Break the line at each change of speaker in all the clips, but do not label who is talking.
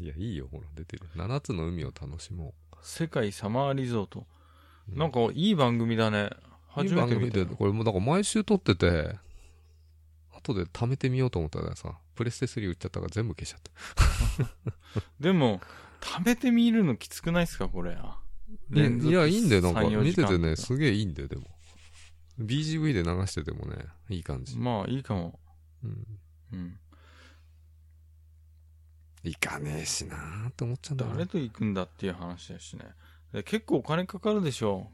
いや、いいよ、ほら、出てる。7つの海を楽しも
世界サマーリゾート。
う。
なんか、いい番組だね。
いい
初め
番
て
組
見
で、
た。
これもうなんか毎週撮ってて、後で貯めてみようと思ったらさ、プレステ3売っちゃったから全部消しちゃった。
でも、貯めてみるのきつくないですか、これ。連続
いや、いいんだよ、なんか
3-4
見ててね、
時間
すげえいいんだよ、でも。BGV で流しててもね、いい感じ。
まあ、いいかも。
うん。
うん。
行かねえしなーって思っちゃうんだよ
誰
ね。
と行くんだっていう話だしね。で結構お金かかるでしょ。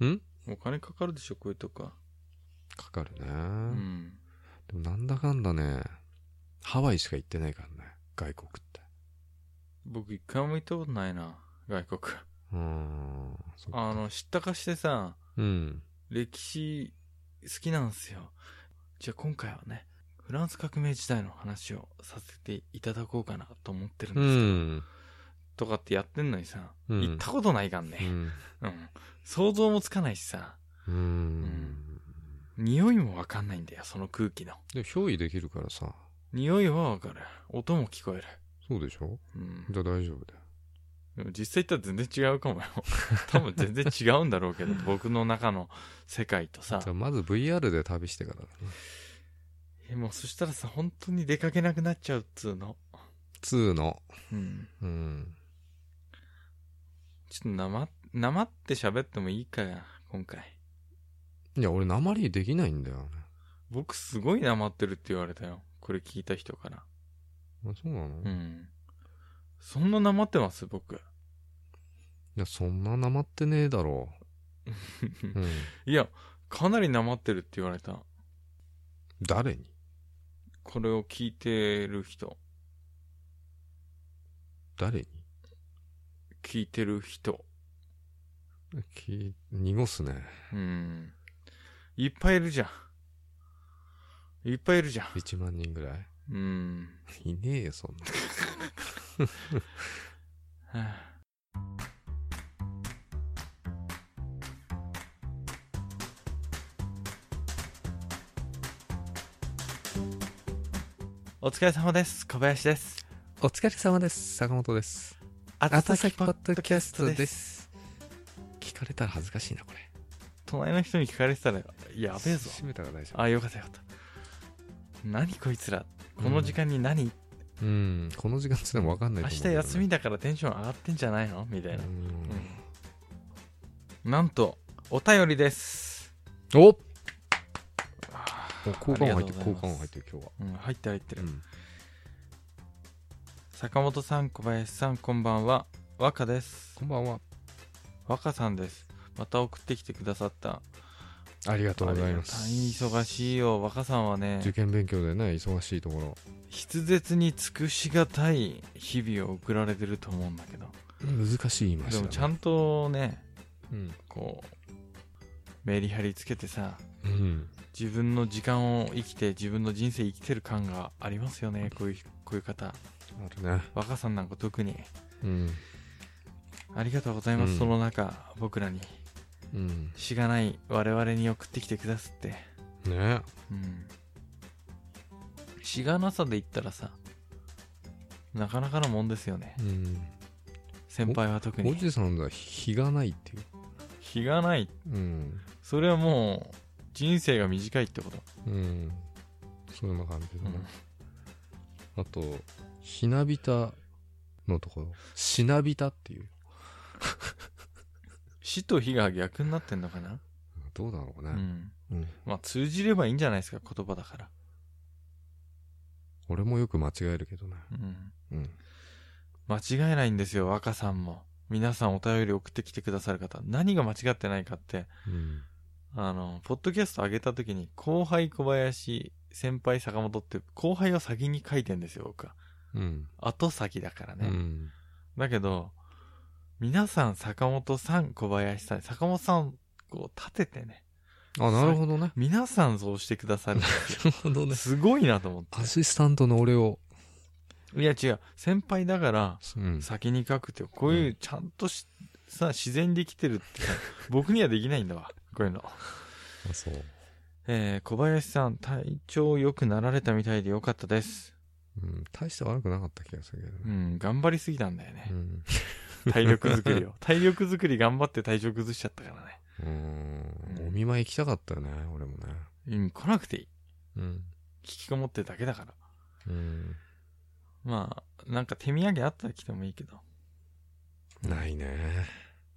ん
お金かかるでしょ、こういうとこは。
かかるね、
うん。
でもなんだかんだね、ハワイしか行ってないからね、外国って。
僕、一回も行ったことないな。外国。
うーん。そっか
あの、知ったかしてさ、
うん。
歴史好きなんですよ。じゃあ今回はね、フランス革命時代の話をさせていただこうかなと思ってるん
う
ですけど、
ん。
とかってやってんのにさ、
うん
行ったことないかん
う
ね、
ん。
うん。想像もつかないしさ、
う
うん
ん。
匂いもわかんないんだよ、その空気の。
でも、憑依できるからさ、
匂いはわかる。音も聞こえる。
そうでしょ
うん。
じゃあ大丈夫だよ。
でも実際行ったら全然違うかもよ。 多分全然違うんだろ うけど、僕の中の世界とさ
じゃ。あまず VR で旅してからだね。
えもうそしたらさ、本当に出かけなくなっちゃうっつうの。
2の。
うん。
うん。
ちょっとなま、なまって喋ってもいいかや、今回。
いや、俺、鉛できないんだよね。
僕すごいなまってるって言われたよ。これ聞いた人から。
あそうなの、
う
い
ん。そんななまってます僕。
や、そんな鉛ってねえだろ う。うん。
いや、かなりなまってるって言われた。
誰に
これを聞いてる人。
誰に
聞いてる人。
き濁すね。
うん。いっぱいいるじゃん。いっぱいいるじゃ
1万人ぐらい
ん。うん。
いねえよ、そんな。
はあお疲れ様です。小林です。
お疲れ様です。坂本です。
あ
あたさきポッド
ド
キ
キ
ャ
ャ
ス
ス
ト
ト
で。
です
聞かれたら恥ずかしいな、これ。
隣の人に聞かれてたら、やべえぞ。
閉めたら大丈夫。
あ、よかったよかった。何こいつら。この時間に何、
うん、この時間つでもわかんないと
明
思う
日
けどね、
休みだからテンション上がってんじゃないのみたいな。
うん
うんなんと、お便りです。
おお
あ
交換音入ってる、
ありがと
交
うござ
換音
いま
入っ
す
てる、今日は。
ーうん、入ってる入ってる
う。ん
坂本さん小林さんこんばんは若です
こんばんは。
若さんですまた送ってきてくださった
ありがとうございま
あ
す。
りがたい忙しいよ若さんはね
受験勉強でね、忙しいところ。
筆舌に尽くしがたい日々を送られてると思うんだけど
難しい言いまし
で
た、ね。
もちゃんとね
うん。
こうメリハリつけてさ
うん。
自分の時間を生きて自分の人生生きてる感がありますよねこういうこういう方
あるね。
若さんなんか特に
うん。
ありがとうございます、
うん
その中僕らに
うん。
しがない我々に送ってきてくださって
ね
うんしがなさで言ったらさなかなかのもんですよね
うん。
先輩は特
お
に
じさんは日がないっていう。
日がない
うん。
それはもう人生が短いってこと
うん。そんな感じだね。あと、ひなびたのところ。しなびたっていう。
死と日が逆になってんのかな
どうだろう
う
ね。
ん
うん。
まあ通じればいいんじゃないですか言葉だから
俺もよく間違えるけどね。
うん
うん。
間違えないんですよ若さんも皆さんお便り送ってきてくださる方何が間違ってないかって
うん。
あの、ポッドキャスト上げた時に、後輩小林、先輩坂本って、後輩を先に書いてんですよ、僕は。
うん。
後先だから
う
ね。
ん。
だけど、皆さん坂本さん、小林さん、坂本さんを立ててね、
あ、なるほどね。
皆さんそうしてくださるんですよ。
なるほ どね。
すごいなと思っ
アシスタントの俺を。
て。いや違う、先輩だから、
うん。
先に書くって、こういうちゃんとし、さ、自然にできてるって さ、僕にはできないんだわ、こういうの。
あそう。
えー小林さん、体調良くなられたみたいで良かったです。
うん、大して悪くなかった気がするけど
う
ね。
ん、頑張りすぎたんだよね
う。ん。
体力作りを。 体力作り頑張って体調崩しちゃったからね。
う
うん
ん。お見舞い行きたかったよね、俺もね。
うん、来なくていい。
うん。
引きこもってるだけだから。
うん。
まあ、なんか手土産あったら来てもいいけど。
ないね。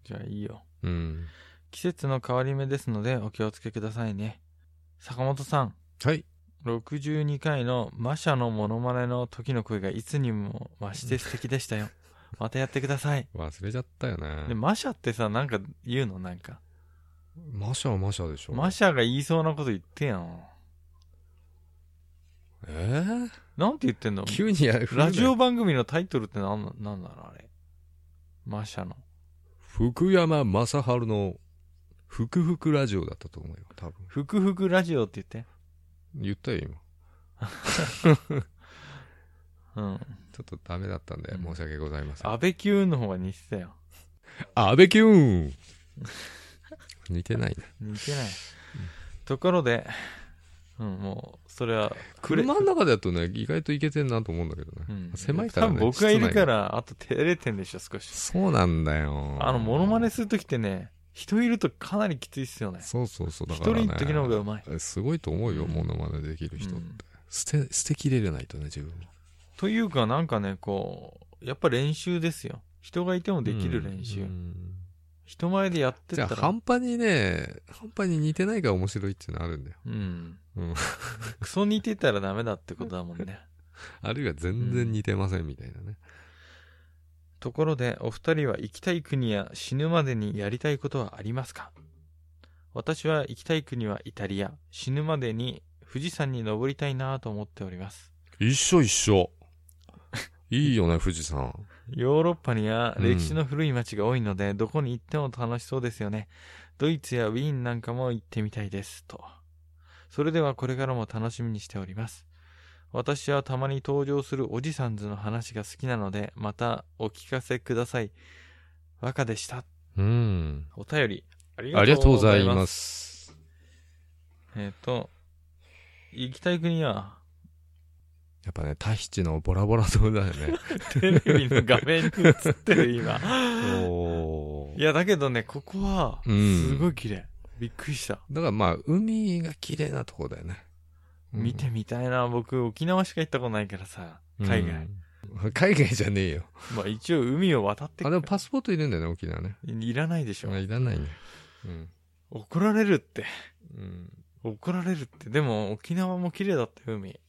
じゃあいいよ。
うん。
季節の変わり目ですのでお気をつけくださいね。坂本さん、
はい。
62回のマシャのモノマネの時の声がいつにも増して素敵でし たよ。またやってください。
忘れちゃったよ
で、
ね。
マシャってさ、なんか言うのなんか。
マシャはマシャでしょ。
マシャが言いそうなこと言ってやん。
えー
なんて言ってんの
急にやる。
ラジオ番組のタイトルってなんな、なんなのあれ。マシャの。
福山雅治の、ふくふくラジオだったと思うよ、多分。
ふくふくラジオって言って。
言ったよ、今。
うん。
ちょっとダメだったんで、
うん
申し訳ございません。
安倍キューンの方が似てたよ。
安倍キューン 似てないな。
似てない。ところで、うん、もう、それは、 くれ
車の中だとね、意外といけてんなと思うんだけどね。
うん、
狭いからね。
多分僕がいる
室内
か。ら、あと照れてんでしょ、少し。
そうなんだよ。
あの、モノマネするときってね、人いるとかなりきついっすよね。
そうそうそう、だ
一
から、
人
ね。
の時の方がうまい。
すごいと思うよ、
うん
モノマネできる人って。
うん
捨て、捨てきれれないとね、自分も。
というか、なんかね、こう、やっぱ練習ですよ。人がいてもできる練習。
うんうん
人前でやって
じゃ
た
あ、
ら、
半端にね、半端に似てないから面白いっていうのあるんだよ。
うん。
うん。
クソ似てたらダメだってことだも んね。
あるいは全然似てませんみたいなね。
ところでお二人は行きたい国や死ぬまでにやりたいことはありますか私は行きたい国はイタリア死ぬまでに富士山に登りたいなぁと思っております
一緒一緒。いいよね、富士山。
ヨーロッパには歴史の古い町が多いので、どこに行っても楽しそうですよねドイツやウィーンなんかも行ってみたいですとそれではこれからも楽しみにしております私はたまに登場するおじさんずの話が好きなのでまたお聞かせください若でした
うん。
お便り、あり
ありがとうござい
がとう
ま
ご
す。
ざいます。えっ、と、行きたい国は、
やっぱね、タヒチのボラボラ島だよね。
テレビの画面に映って る今。
お
いや、だけどね、ここは、
うん
すごい綺麗。びっくりした。
だからまあ、海が綺麗なとこだよね。うん
見てみたいな。僕、沖縄しか行ったことないからさ、海外。。
うん海外じゃねえよ。
まあ一応海を渡って
あ、でもパスポートいるんだよね、沖縄ね。
いらないでしょ
あ。いらないね。うん。
怒られるって。
うん。
怒られるって。でも、沖縄も綺麗だったよ、海。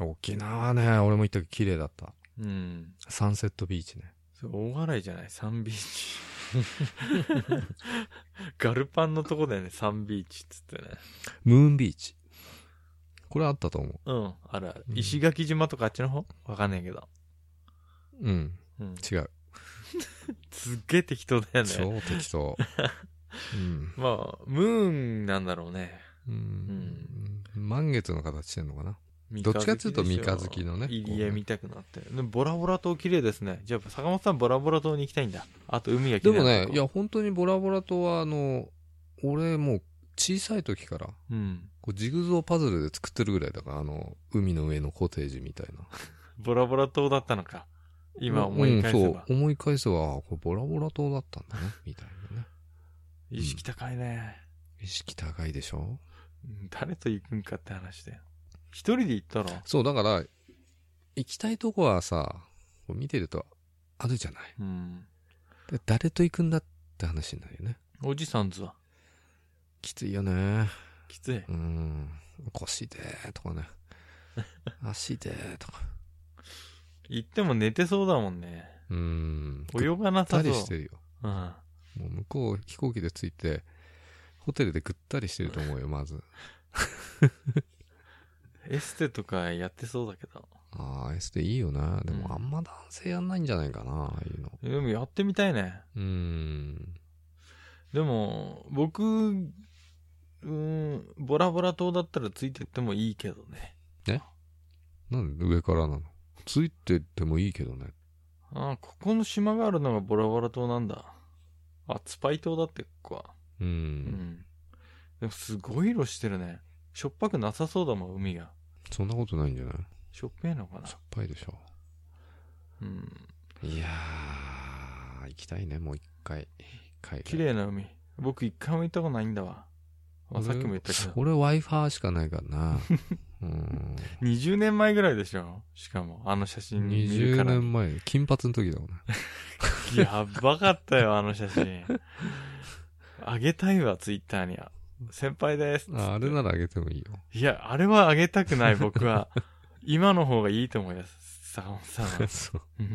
沖縄ね、俺も行ったけど綺麗だった。
うん。
サンセットビーチね。
それ大笑いじゃないサンビー チ。ガルパンのとこだよね、サンビーチっつってね。
ムーンビーチ。これあったと思
うん、あるある
うん
石垣島とかあっちの方わかんないけど。
う。うん。
うん。
違う。
すっげえ適当だよね。
超適 当。うん。
まあ、ムーンなんだろうね。
うん。満月の形してんのかな。
三
ど
日
っちかっていうと
月でしょ
三日月のね
入り江見たくなって。でもボラボラ島綺麗ですね。じゃあ、坂本さんボラボラ島に行きたいんだ。あと海が綺
で
麗
もね
なと、こ
いや、、本当にボラボラ島は、あの、俺もう小さい時から、
うん。
こうジグゾーパズルで作ってるぐらいだから、あの、海の上のコテージみたいな。
ボラボラ島だったのか。今思い返せば。
うん、そう、思い返せば、あこれボラボラ島だったんだね、みたいなね。
意識高いね。
意識高いでしょ
うん誰と行くんかって話だよ。一人で行ったら、
そう、だから、行きたいとこはさ、こう見てるとあるじゃない。
うん。
で誰と行くんだって話になるよね。
おじさんずは、
きついよね。
きつい。
うん。腰でーとか ね。足でーとか。
行っても寝てそうだもんね。
うん。
泳がな
ぐ
さ
った
そう。
りしてるよ。
うん。
もう向こう飛行機で着いて、ホテルでぐったりしてると思うよ、まず。
エステとかやってそうだけど。
ああ、エステいいよな。で
うん
もあんま男性やんないんじゃないかな、ああいうの。
でもやってみたいね。
うーん。
でも、僕、うーん、ボラボラ島だったらついてってもいいけどね。
なんで上からなのついてってもいいけどね。
ああ、ここの島があるのがボラボラ島なんだ。あ、ツパイ島だって、ここは。
う。
うんん。でもすごい色してるね。しょっぱくなさそうだもん、海が。
そんなことないんじゃない
しょっぺいのかな
しょっぱいでしょ。
うん。
いやー、行きたいね、もう一回。海外
綺麗な海。僕一回も行ったことないんだわ。まあ、さっきも言ったけど。
俺 Wi-Fi しかないからな。 うん。
20年前ぐらいでしょしかも、あの写真見る
20
から。
年前、金髪の時だもんね。
やばかったよ、あの写真。あげたいわ、ツイッターには。先輩です。
ああれならあげてもいいよ。
いや、あれはあげたくない、僕は。今の方がいいと思います。坂本さん は
そう
う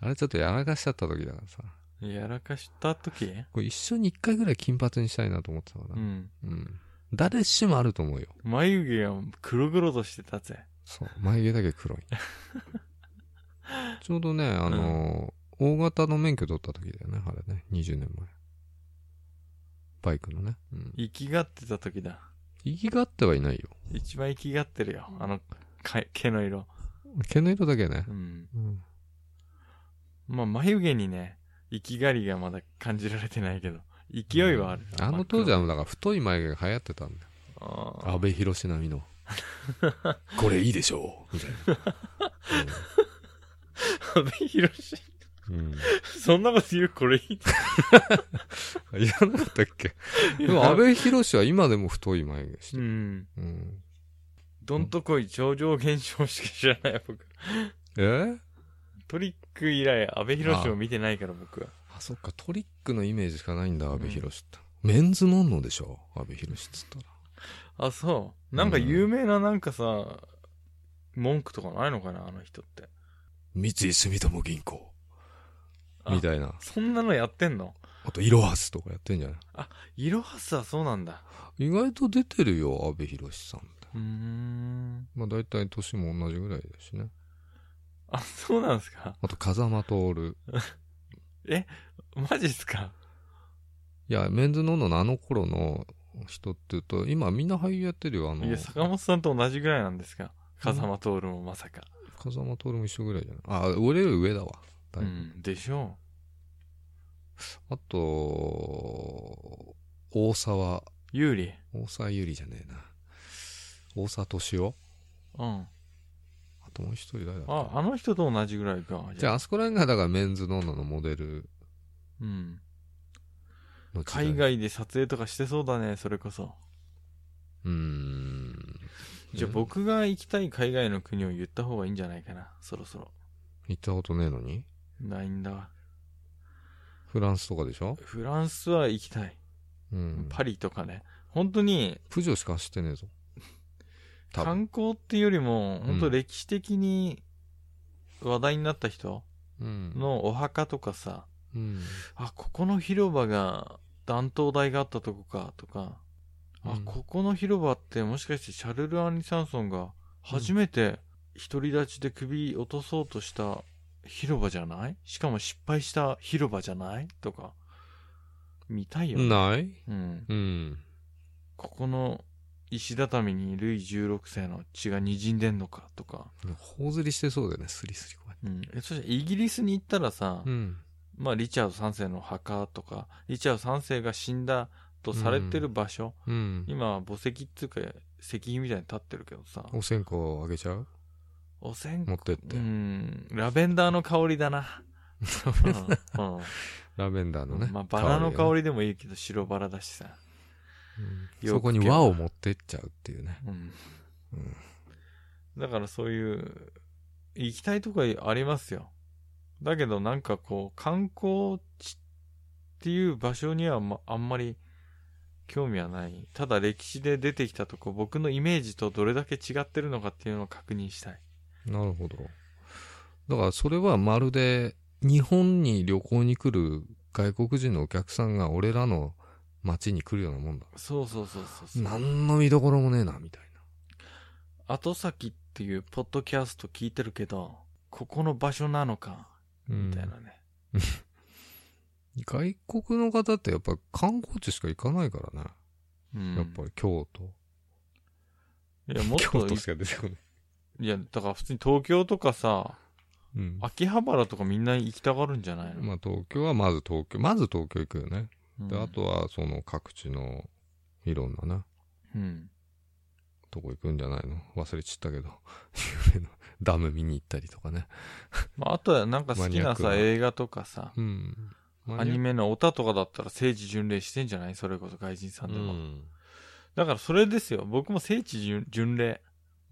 あれちょっとやらかしちゃった時だからさ。
ん。やらかした時
これ一緒に一回ぐらい金髪にしたいなと思ってたか
う
ら。
ん。
うん。誰しもあると思うよ。
眉毛が黒々としてたぜ。
そう。眉毛だけ 黒い。ちょうどね、あのー大型の免許取った時だよね、あれね。20年前。バイクのね。うん。
生きがってた時だ。
生きがってはいないよ。
一番生きがってるよ。あの、か毛の色。
毛の色だけね
う。ん。
うん。
まあ、眉毛にね、生きがりがまだ感じられてないけど、勢いはある。
あの当時は、だから太い眉毛が流行ってたんだよ。
あ
安倍博士並み の。これいいでしょうみたい
あ、阿部寛。
な。うん。
そんなこと言うこれいいって
いらなかったっけでも安倍博士は今でも太い眉毛して
う
る。
ん。
うん。
どんとこい超常現象しか知らない僕。
え
トリック以来、安倍博を見てないから僕は。
あ、そっか、トリックのイメージしかないんだ、安倍博士って。メンズノンノでしょ安倍博士っつったら。
あ、そう。なんか有名ななんかさ、文句とかないのかなあの人って。
三井住友銀行。
あ
みたいな。
そんなのやってんの
あと、イロハスとかやってんじゃない
イロハスはそうなんだ。
意外と出てるよ、安倍博士さんって。
うーん。
まあ大体年も同じぐらいだしね。
あ、そうなんですか
あと、風間徹。
マジっすか
いや、メンズノンノのあの頃の人って言うと、今みんな俳優やってるよ、あの。
いや、坂本さんと同じぐらいなんですか風間徹もまさか。
風間徹も一緒ぐらいじゃないあ、俺より上だわ。だ
う
いぶ
ん、でしょ
あと、大沢、
う。有利。
大沢ゆりじゃねえな。大沢敏夫
うん。
あともう一人誰だっけ
あ、あの人と同じぐらいか。
じゃあ、あそこら辺が、だからメンズノンノのモデル
うん。
の時代
海。外で撮影とかしてそうだね、それこそ。
うーん。
じゃあ
うん
僕が行きたい海外の国を言った方がいいんじゃないかな、そろそろ。
行ったことねえのに
ないんだわ。
フランスとかでしょ
フランスは行きたい。
うん。
パリとかね。本当に
プジョーしか走ってねえぞ。多分。
観光っていうよりも、本
う
当
ん
歴史的に話題になった人
うん。
のお墓とかさ、
うん。
あ、ここの広場が弾頭台があったとこか、とか、あ、
うん
ここの広場ってもしかしてシャルル・アンリ・サンソンが初めて独り立ちで首落とそうとした広場じゃないしかも失敗した広場じゃないとか、見たいよ、ね。
ない
うん。
うん。
ここの石畳にルイ16世の血が滲んでんのか、とか。
頬ずりしてそうだよね、スリスリこうやって
うん。えそしてイギリスに行ったらさ、
うん。
まあ、リチャード3世の墓とか、リチャード3世が死んだとされてる場所、
うん。
今は墓石っていうか、石碑みたいに立ってるけどさ、
お線香あげちゃう
お線
持
香、
ってって
う。ん、ラベンダーの香りだな。うん
ラベンダー
う
の
ん
ね。
まあ、バラの香
り
りでもいいけど、白バラだしさ。
うんそこに和を持ってっちゃうっていうね。
うん
うん
だからそういう、行きたいとこありますよ。だけどなんかこう、観光地っていう場所には、まあんまり興味はない。ただ歴史で出てきたとこ、僕のイメージとどれだけ違ってるのかっていうのを確認したい。
なるほど。だからそれはまるで日本に旅行に来る外国人のお客さんが俺らの街に来るようなもんだ。
そうそうそうそうそう。
何の見どころもねえな、みたい
後先っていうポッドキャスト聞いてるけど、ここの場所なのか、
な。
みたい
うん
なね。
外国の方ってやっぱり観光地しか行かないからね。
うん
やっぱり京都。
いや、もっとい、
か出てこない。
いや、だから普通に東京とかさ、
うん。
秋葉原とかみんな行きたがるんじゃないの、
まあ東京はまず東京、まず東京行くよね。
うん
で、あとはその各地のいろんなね、
うん。
とこ行くんじゃないの忘れちったけど。 有名なダム見に行ったりとかね。
まあ、あとはなんか好きな
マニアックな
さ、映画とかさ、
うん。
アニメの歌とかだったら聖地巡礼してんじゃないそれこそ外人さ
うん
でも。
ん。だ
だからそれですよ。僕も聖地巡巡礼。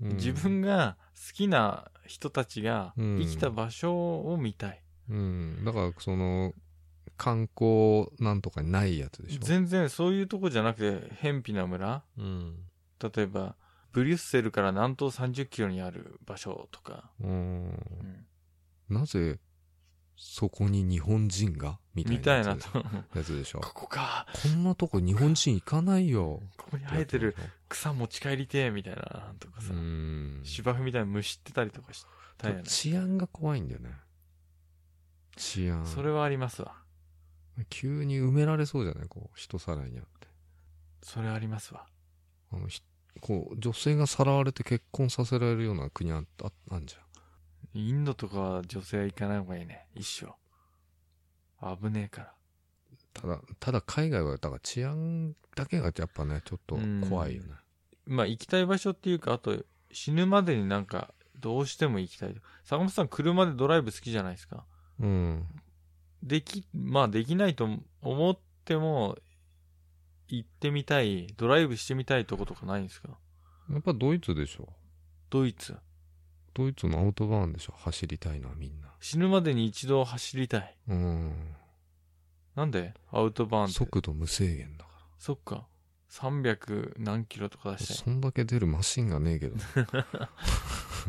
自分が好きな人たちが
うん
生きた場所を見たい。
うん。だから、その、観光なんとかにないやつでしょ。
全然そういうとこじゃなくて、偏僻な村
うん。
例えば、ブリュッセルから南東30キロにある場所とか。
うん。
うん
なぜ、そこに日本人がみたい
み
な
た
や
い
つ
なと。
やつでしょ。
ここか。
こんなとこ日本人行かないよ。
ここに生えてる草持ち帰りてえみたいな、とかさ
う。ん。
芝生みたいな虫ってたりとかしたやない。
治安が怖いんだよね。治安。
それはありますわ。
急に埋められそうじゃないこう、人さらいにあって。
それはありますわ。
あの、ひこう、女性がさらわれて結婚させられるような国あああんじゃん。
インドとかは女性は行かない方がいいね。一生。危ねえから。
ただ、ただ海外は、だから治安だけがやっぱね、ちょっと怖いよね。
まあ行きたい場所っていうか、あと死ぬまでになんかどうしても行きたい。坂本さん車でドライブ好きじゃないですか。
うん。
でき、まあできないと思っても、行ってみたい、ドライブしてみたいとことかないんですか
やっぱドイツでしょ。
ドイツ。
ドイツのアウトバーンでしょ。走りたいのはみんな。
死ぬまでに一度走りたい。
うん。
なんでアウトバーンって。
速度無制限だか。
そっか。300何キロとから出して。
そんだけ出るマシンがねえけど。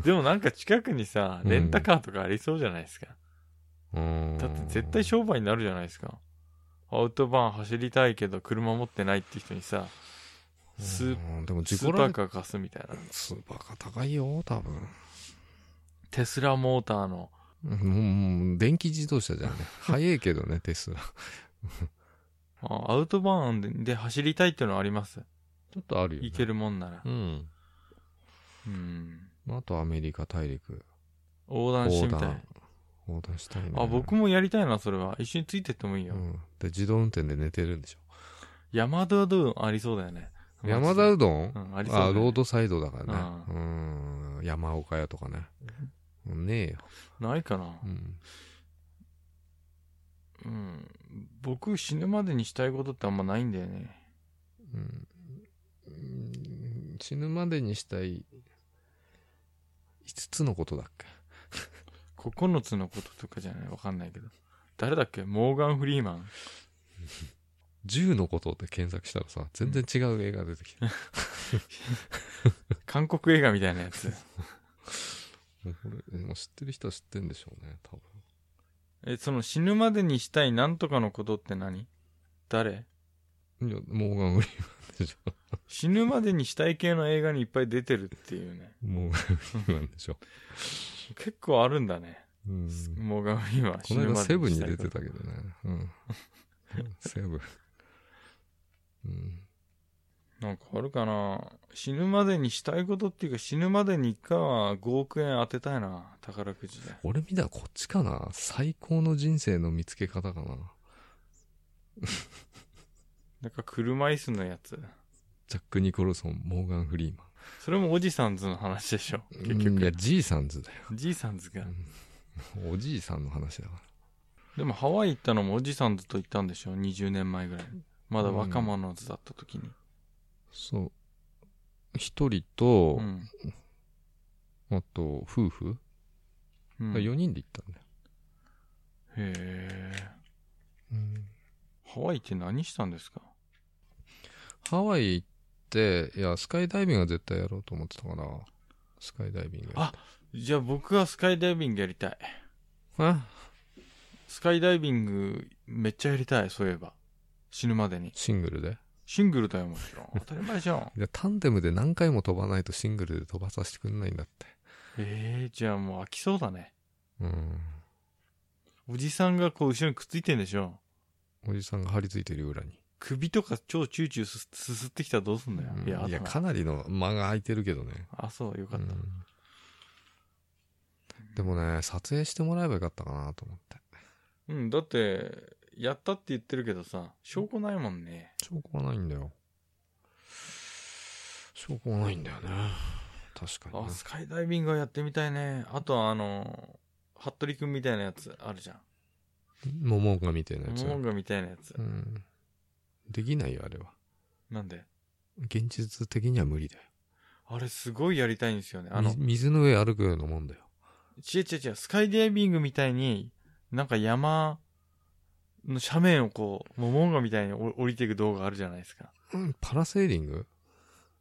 でもなんか近くにさ、
うん
レンタカーとかありそうじゃないですか。
うん。
だって絶対商売になるじゃないですか。アウトバーン走りたいけど車持ってないって人にさ、スー
うんでも
ス
事故
ー
ら
パー
れ
カー貸すみたいな。
スーパーカー高いよ、多分。
テスラモーターの。
うんもう、もう電気自動車じゃんね。早いけどね、テスラ。ち
あアウトバーンでで走りたいっていうのはあります。
ょっとあるよ、ね。
行けるもんなら。
うん。
うん。
あとアメリカ大陸。
横断して
横
みたい
断。。横断したいね。
あ、僕もやりたいな、それは。一緒についてってもいいうよ。
ん。で、自動運転で寝てるんでしょ。
山田うどんありそうだよね。
山田
う
うどん、
うん、ありそうだ
あ、
よ
ロー
ね、
ドサイドだからね。うん。山岡屋とかね。ねえよ。
ないかな
う。ん。
うん。僕、死ぬまでにしたいことってあんまないんだよね。
うんうん死ぬまでにしたい、5つのことだっけ
9つのこととかじゃないわかんないけど。誰だっけモーガン・フリーマン。
10のことって検索したらさ、全然違う映画出てきた。
韓国映画みたいなやつ。
もうこれ、もう知ってる人は知ってんでしょうね、多分。
え、その死ぬまでにしたいなんとかのことって何誰
いや、モーガン・フリーマンでしょ。
死ぬまでにしたい系の映画にいっぱい出てるっていうね。
モーガン・フリーマンでしょ。
結構あるんだね。
うん。
モーガン・フリーマン。
この間セブンに出
死
て
ぬまでした
たけどね。うん。セブン。うん。
いことなんかあるかな死ぬまでにしたいことっていうか死ぬまでに一回は5億円当てたいな。宝くじで。
俺見たらこっちかな最高の人生の見つけ方かな
なんか車椅子のやつ。
ジャック・ニコルソン、モーガン・フリーマ
それもおじさんズの話でしょ。
ン。
結
うんいや、
局。
じいさんズだよ。
じいさんズが。
おじいさんの話だか
でもハワイ行ったのもおじさんずっと行ったんでしょ ?20 年前ぐらい。まだ若者ずだった時に。
ら。そう。一人と
う、ん。
あと、夫婦、
うん
四
へ
4人で行ったんだよ。
え。ハワイって何したんですか
ハワイ行って、いや、スカイダイビングは絶対やろうと思ってたから、スカイダイビングやって。
あじゃあ僕はスカイダイビングやりたい。
あ
スカイダイビングめっちゃやりたい、そういえば。死ぬまでに。
シングルで
シングルだよ、もちろ ん。当たり前じゃん。
いや、タンデムで何回も飛ばないとシングルで飛ばさせてくんないんだって。
ええじゃあもう飽きそうだね。
うん。
おじさんがこう後ろにくっついてんでしょ
おじさんが張り付いてる裏に。
首とか超チューチューすすすってきたらどうすんだよ。
うん
いや、あ
いや
とな
かなりの間が空いてるけどね。
あ、そう、よかった。
うんでもね、撮影してもらえばよかったかなと思って。
うん、だって、やったって言ってるけどさ、証拠ないもんね。
証拠はないんだよ。証拠がないんだよね。確かに
あ、
ね。
スカイダイビングはやってみたいね。あとはあのー、服部くんみたいなやつあるじゃん。
桃がみたいなやつ。
モモンガみたいなやつ
う。ん。できないよ、あれは。
なんで
現実的には無理だよ。
あれすごいやりたいんですよね。あの
み、水の上歩くようなもんだよ。
違う違う違う、スカイダイビングみたいに、なんか山の斜面をこう、モモンガみたいにお降りていく動画あるじゃないですか。
うん、パラセーリング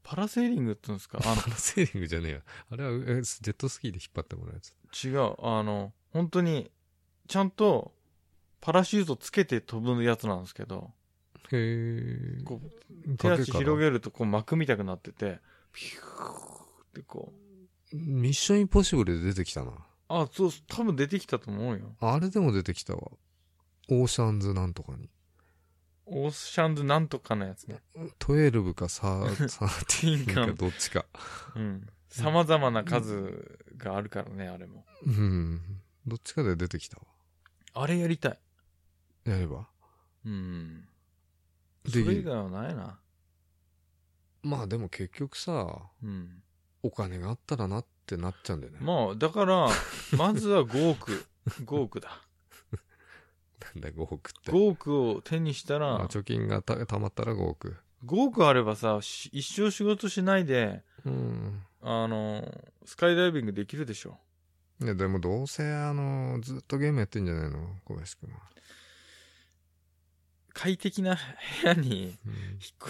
パラセーリングって言うんですかあ
パラセーリングじゃねえよ。あれは、えジェットスキーで引っ張ってもらうやつ。
の、違う、あの、本当に、ちゃんと、パラシュートつけて飛ぶやつなんですけど、
へえ。
こう、手
崖
足
から
広げるとこう膜みたくなってて、ピューってこう、
ミッションインポッシブルで出てきたな。
あ、そう、多分出てきたと思うよ。
あれでも出てきたわ。オーシャンズなんとかに。
オーシャンズなんとかのやつね。
12かサー13かどっちか。
うん。様々な数があるからね、あれも。
うん。どっちかで出てきたわ。
あれやりたい。
やれば。
うん。そ
で
れ以外はないな。
まあでも結局さ、
うん。
お金があったらなってなっちゃうんだよね。
まあ、だから、まずは5億。5億だ。
なんだ5億って。
5億を手にした
ま
ら
あ、貯金がた貯まったら5億。
5億あればさ、し一生仕事しないで、
うん。
あの、スカイダイビングできるでしょ。
いや、でもどうせ、あの、ずっとゲームやってんじゃないの小林くんは。
快適な部屋に引っ
う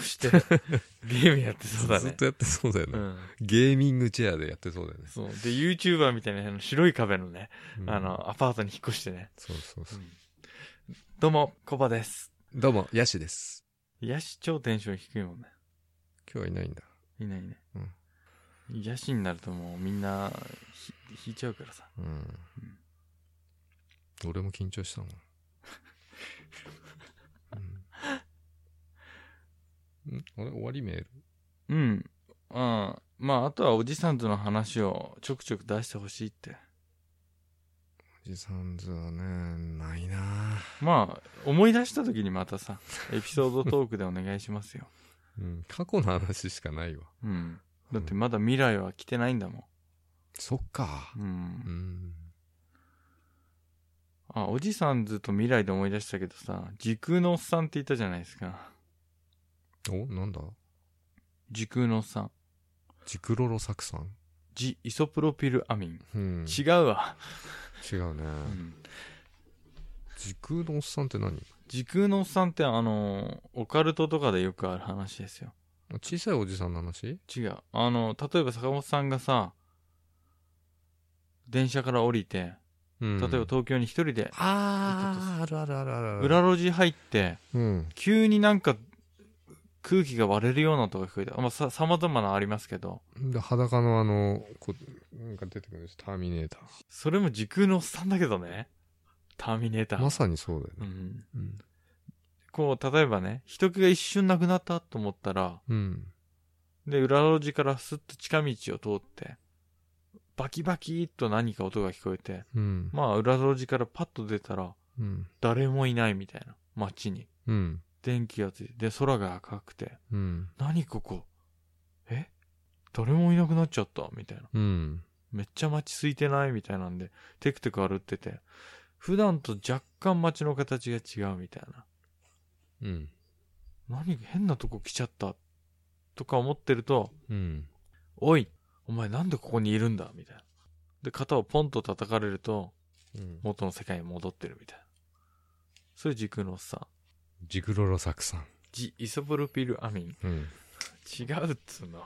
ん
越して、ゲームやってそうだ
ずっ
ね。
とやってそうだよね、
うん。
ゲーミングチェアでやってそうだよね。
そう。で、YouTuber みたいなあの白い壁のね、
うん
あ。の、アパートに引っ越してね。
そうそうそう。
どうも、コバです。
どうも、ヤシです。
ヤシ超テンション低いもんね。
今日はいないんだ。
いないね。うん。野心になるともうみんなひ引いちゃうからさ。
うん。俺も緊張したもん。うん。んあれ終わりメール
うん。ああまあ、あとはおじさんとの話をちょくちょく出してほしいって。
おじさんずはね、ないな
まあ、思い出した時にまたさ、エピソードトークでお願いしますよ。
うん。過去の話しかないわ。
うん。だってまだ未来は来てないんだも
そっか
ん。。うん
う。ん。
あ、おじさんずっと未来で思い出したけどさ、時空のおっさんって言ったじゃないですか。
お、なんだ
時空のおっさん。
ジクロロ酢酸
ジイソプロピルアミン。
うん。
違うわ。
違うね。
うん
時空のおっさんって何
時空のおっさんってあのーオカルトとかでよくある話ですよ
小さいおじさんの話
違うあの例えば坂本さんがさ電車から降りて
うん
例えば東京に一人で
あー、あるあるあるあるある。
裏路地入って
うん。
急になんか空気が割れるような音が聞こえたまあさ様々なありますけど
で、裸のあの、こなんか出てくるんですターミネータ
それも時空のおっさんだけどねターミネータ
ー。
ー、
まさにそうだよ
う
ね。
ん、
うん。
こう例えばね人気が一瞬なくなったと思ったら
うん。
で、裏路地からスッと近道を通って、バキバキっと何か音が聞こえて、
うん。
まあ裏路地からパッと出たら、
うん。
誰もいないみたいな、街に。
うん。
電気がついて、で、空が赤くて、
うん。
何ここえ誰もいなくなっちゃったみたいな。
うん。
めっちゃ街空いてないみたいなんで、テクテク歩ってて、普段と若干街の形が違うみたいな。
うん。
何変なとこ来ちゃったとか思ってると、
うん。
おい、お前なんでここにいるんだみたいな。で、肩をポンと叩かれると、
うん。
元の世界に戻ってるみたいな。そういう時空のおっさん。
ジクロロ酢酸。
ジ・イソプロピルアミン。
うん。
違うっつうの。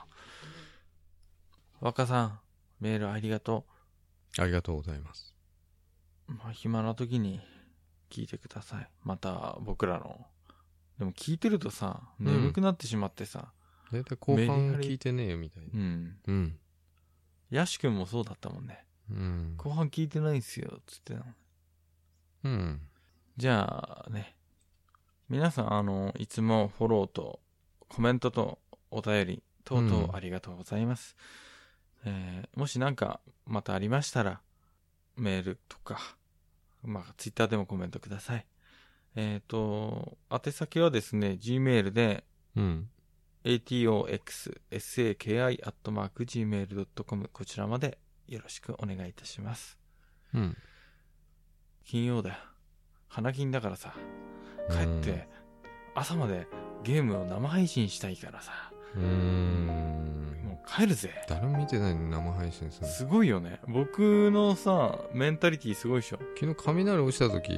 若さん、メールありがと
ありがとうございます。
う。まあ、暇な時に聞いてください。また、僕らの。でも聞いてるとさ、
ん
眠くなってしまってさ。
だいたい後
メリ
半
ハリ
聞いてねえよみたいな。
うん。
うん。
ヤシ君もそうだったもんね。
うん。
後半聞いてないんすよ、つってたの
うん。
じゃあね、皆さん、あの、いつもフォローとコメントとお便り、とうと
う
うんありがとうございます。えーもしなんかまたありましたら、メールとか、まあ、ツイッターでもコメントください。えっ、と、宛先はですね、Gmail で、
うん。
atoxsaki.gmail.com こちらまでよろしくお願いいたします。
うん。
金曜だよ。花金だからさ、帰って朝までゲームを生配信したいからさ、
うん。うーん。
もう帰るぜ。
誰も見てないのに生配信するの
すごいよね。僕のさ、メンタリティすごいでしょ。
昨日雷落ちた時、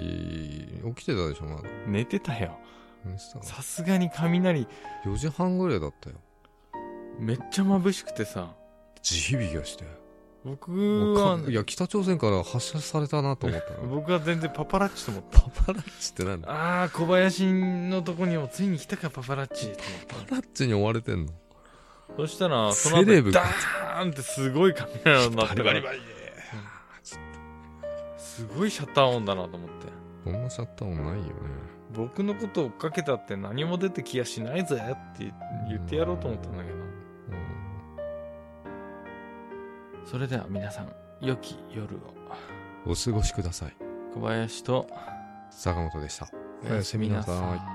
起きてたでしょ、まだ。
寝てたよ。
寝てた
さすがに雷
4時半ぐらいだったよ。
めっちゃ眩しくてさ、
地響きがして。
僕
もうか、
はい
や、北朝鮮から発射されたなと思った の。
僕は全然パパラッチと思った。
パパラッチって何パ
ああ、小林のとこにもついに来たか、パパラッチと思っ
パラッチに追われてんの
た。そしたら、そ
セ
の
レ
後、
ブ
ダ
か
ーンってすごい雷になってから、
リ。
すごいシャッター音だなと思って。
そんなシャッターもないよね。
僕のこと追っかけたって何も出てきやしないぜって言ってやろうと思ったんだけど。それでは皆さん、良き夜を。
うんお過ごしください。
小林と、
坂本でした。
お
おやすみなさい。